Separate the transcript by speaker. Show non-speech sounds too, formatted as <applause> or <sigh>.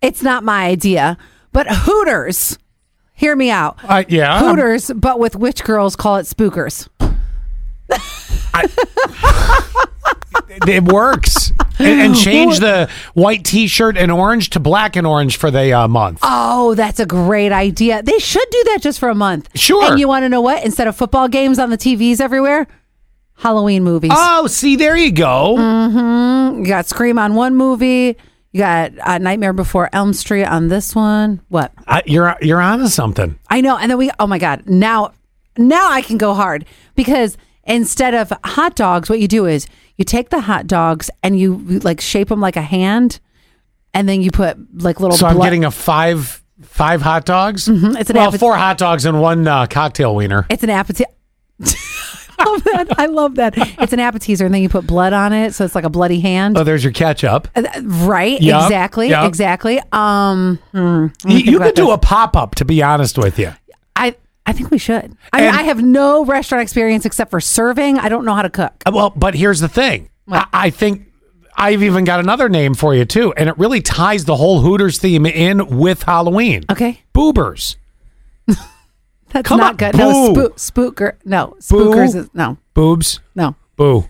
Speaker 1: It's not my idea, but Hooters. Hear me out.
Speaker 2: I, yeah. Um, I'm-
Speaker 1: Hooters, but with witch girls call it spookers.
Speaker 2: it <laughs> works. and, and change the white T-shirt and orange to black and orange for the uh, month.
Speaker 1: Oh, that's a great idea. They should do that just for a month.
Speaker 2: Sure.
Speaker 1: And you want to know what? Instead of football games on the TVs everywhere, Halloween movies.
Speaker 2: oh, see, there you go.
Speaker 1: You got Scream on one movie. You got uh, Nightmare Before Elm Street on this one. What?
Speaker 2: I, you're you're onto something.
Speaker 1: I know. And then we, oh my God, now, now I can go hard because instead of hot dogs, what you do is you take the hot dogs and you like shape them like a hand and then you put like little
Speaker 2: So I'm
Speaker 1: blood-
Speaker 2: getting a five five hot dogs.
Speaker 1: it's an
Speaker 2: well,
Speaker 1: appet-
Speaker 2: four hot dogs and one uh, cocktail wiener.
Speaker 1: It's an appetizer. <laughs> I love that. I love that. It's an appetizer, and then you put blood on it, so it's like a bloody hand. Uh,
Speaker 2: Oh, there's your ketchup.
Speaker 1: right?
Speaker 2: Yup,
Speaker 1: exactly.
Speaker 2: yup.
Speaker 1: Exactly. Um, hmm, let me
Speaker 2: You,
Speaker 1: think
Speaker 2: you
Speaker 1: about
Speaker 2: could do
Speaker 1: this.
Speaker 2: a pop up. To be honest with you,
Speaker 1: I I think we should. I mean,
Speaker 2: And-
Speaker 1: I have no restaurant experience except for serving. I don't know how to cook.
Speaker 2: Uh, well, but here's the thing. I, I think I've even got another name for you too, and it really ties the whole Hooters theme in with Halloween.
Speaker 1: Okay,
Speaker 2: Boobers.
Speaker 1: that's
Speaker 2: Come
Speaker 1: not
Speaker 2: on,
Speaker 1: good. No
Speaker 2: boo.
Speaker 1: spook spooker. No spookers. Is, no
Speaker 2: Boobs.
Speaker 1: no
Speaker 2: Boo.